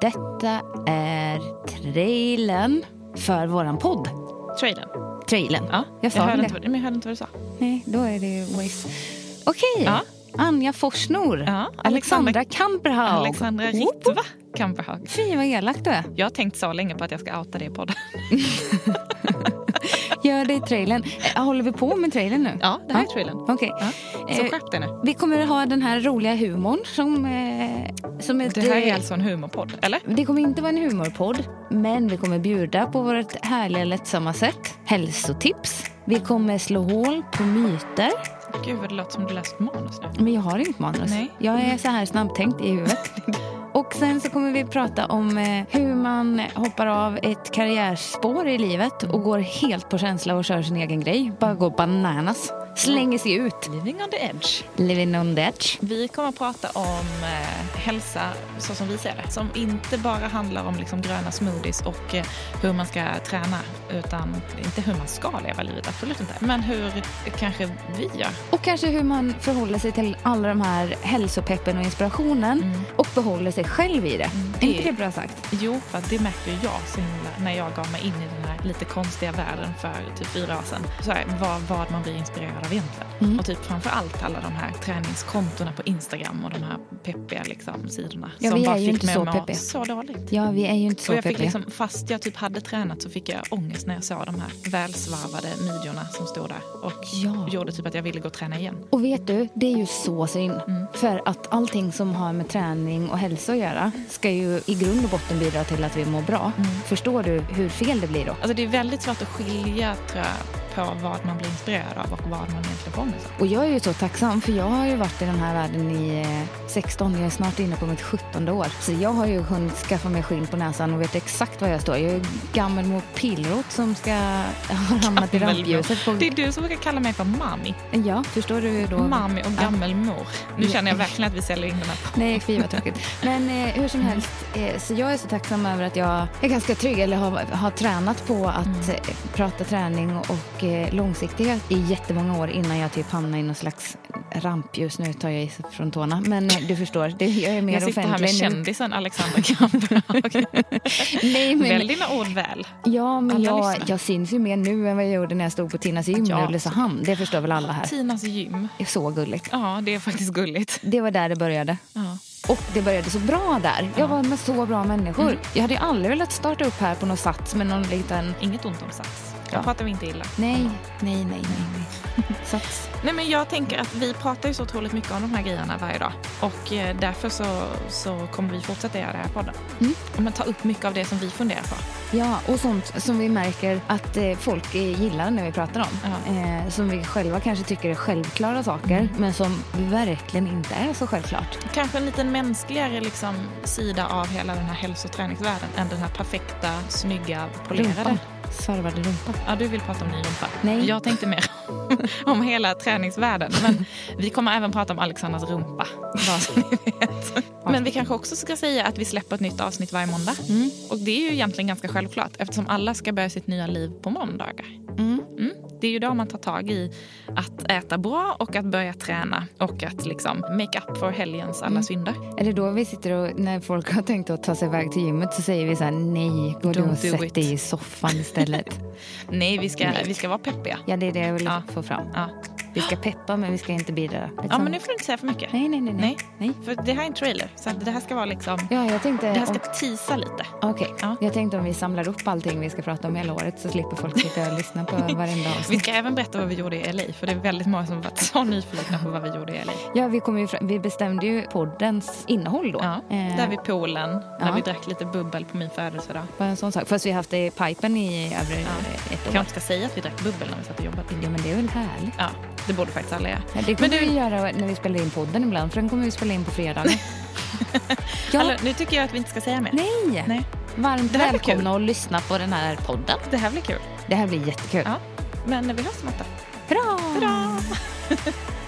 Detta är trailern för våran podd. Trailern. Trailern. Ja. Jag sa hörde det. inte vad, men jag hörde inte vad du sa. Nej, då är det waste. Okej. Ja. Anja Forsnor. Ja, Alexandra Kamperhaug. Alexandra Oh, Ritva Kamperhag. Fy, vad elak du är. Jag har tänkt så länge på att jag ska outa det i podden. Gör det i trailern. Eh, Håller vi på med trailern nu? Ja, det här är trailern. Okej. Ja. Så Eh, skärp dig nu. Vi kommer att ha den här roliga humorn som, eh, som ett... Det här är eh, alltså en humorpodd, eller? Det kommer inte vara en humorpodd, men vi kommer bjuda på vårt härliga lättsamma sätt. Hälsotips. Vi kommer slå hål på myter. Gud vad det låter som du läst manus nu. Men jag har inget manus. Nej. Jag är så här snabbtänkt i huvudet. Och sen så kommer vi prata om eh, hur man hoppar av ett karriärspår i livet och går helt på känsla och kör sin egen grej. Bara går bananas. Slänger sig ut. Living on the edge. Living on the edge. Vi kommer att prata om eh, hälsa så som vi ser det. Som inte bara handlar om liksom, gröna smoothies och eh, hur man ska träna. Utan inte hur man ska leva livet, absolut inte. Men hur kanske vi gör. Och kanske hur man förhåller sig till alla de här hälsopeppen och inspirationen Mm. och behåller sig själv i det. Är inte det bra sagt? Jo, för att det märkte ju jag så himla när jag gav mig in i den här lite konstiga världen för typ fyra år sedan. Så här, vad, vad man blir inspirerad av egentligen. Mm. Och typ framför allt alla de här träningskontona på Instagram och de här peppiga liksom, sidorna. Ja, vi är ju inte så att må peppiga. så dåligt. Ja, vi är ju inte så och jag fick peppiga. liksom, fast jag typ hade tränat så fick jag ångest när jag såg de här välsvarvade midjorna som stod där. Och Ja. gjorde typ att jag ville gå och träna igen. Mm. Och vet du, det är ju så synd. För att allting som har med träning och hälsa att göra ska ju i grund och botten bidra till att vi mår bra. Mm. Förstår du hur fel det blir då? Alltså det är väldigt svårt att skilja tror jag, på vad man blir inspirerad av och vad man egentligen får ångest av. Och jag är ju så tacksam för jag har ju varit i den här världen i eh, 16, jag är snart inne på mitt 17 år. Så jag har ju hunnit skaffa mig skinn på näsan och vet exakt var jag står. Jag är ju gammal mot pillrot som ska ha ramlat i rampljuset. På... Det är du som brukar kalla mig för mami. Ja, förstår du då? Mami och gammelmor. Nu Ja. känner jag verkligen att vi säljer in den här Nej, fy vad tråkigt. Men eh, hur som helst, eh, så jag är så tacksam över att jag är ganska trygg eller har, har tränat på att Mm. eh, prata träning och eh, långsiktighet i jättemånga år innan jag typ hamnar i någon slags rampljus. Nu tar jag i från tårna, men eh, du förstår, det, jag är mer Jag sitter här med offentlig nu. kändisen Alexander Kamp. Okej. Nej, men, Välj dina ord väl. ja, men Alla jag, lyssnar. jag syns ju mer nu än vad jag gjorde när jag stod på Tinas gym Ja. i Ulricehamn. Det förstår väl alla här. Tinas gym. Det är Så gulligt. Ja, det är faktiskt gulligt. Det var där det började. Ja. Och det började så bra där. Jag var med så bra människor. Mm. Jag hade ju aldrig velat starta upp här på något sats med någon liten... Inget ont om Sats. Ja. Jag pratar vi inte illa. Nej, nej, nej, nej. nej. sats. Nej, men jag tänker att vi pratar ju så otroligt mycket om de här grejerna varje dag. Och eh, därför så, så kommer vi fortsätta göra det här i podden. Mm. Och man tar upp mycket av det som vi funderar på. Ja, och sånt som vi märker att eh, folk eh, gillar när vi pratar om. Ja. Eh, som vi själva kanske tycker är självklara saker, Mm. men som verkligen inte är så självklart. Kanske en lite mänskligare liksom, sida av hela den här hälsoträningsvärlden än den här perfekta, snygga, polerade. Rumpan. Svarvade rumpa. Ja, du vill prata om ny rumpa. Nej. Jag tänkte mer om hela träningsvärlden. Men vi kommer även prata om Alexandras rumpa. Bara så ni vet. Men vi kanske också ska säga att vi släpper ett nytt avsnitt varje måndag. Mm. Och det är ju egentligen ganska självklart eftersom alla ska börja sitt nya liv på måndagar. Mm. Mm. Det är ju då man tar tag i att äta bra och att börja träna och att liksom make up för helgens alla Mm. synder. Är det då vi sitter och, när folk har tänkt att ta sig iväg till gymmet, så säger vi så här, nej, gå du Don't och do sätt it." dig i soffan istället. Nej, vi ska, vi ska vara peppiga. ja, det är det jag vill Ja. få fram. Ja. Vi ska peppa men vi ska inte bidra. Liksom. ja, men nu får du inte säga för mycket. Nej, nej, nej. nej. Nej. nej. För det här är en trailer, så att det här ska vara liksom... Ja, jag tänkte... Det här ska Om... tisa lite. Okej, Ja. jag tänkte om vi samlar upp allting vi ska prata om hela året så slipper folk sitta och lyssna på varenda Vi avsnitt. ska även berätta vad vi gjorde i LA, för det är väldigt många som har varit så nyfikna på vad vi gjorde i LA. Ja, vi, kom ju fram... vi bestämde ju poddens innehåll då. Ja, Eh, där vid poolen, där ja. vi drack lite bubbel på min födelsedag. Bara en sån sak. Fast vi har haft det i pipen i över ett år. Jag kanske ska säga att vi drack bubbel när vi satt och jobbade. Ja, men det är väl härligt. Ja, det borde faktiskt alla göra. Ja, det kommer Men du- vi göra när vi spelar in podden ibland, för den kommer vi spela in på fredagar. ja, Hallå, nu tycker jag att vi inte ska säga mer. nej. Nej. Varmt Det här blir kul. välkomna att lyssna på den här podden. Det här blir kul. Det här blir jättekul. Ja. Men vi hörs om åtta. Hurra! Hurra!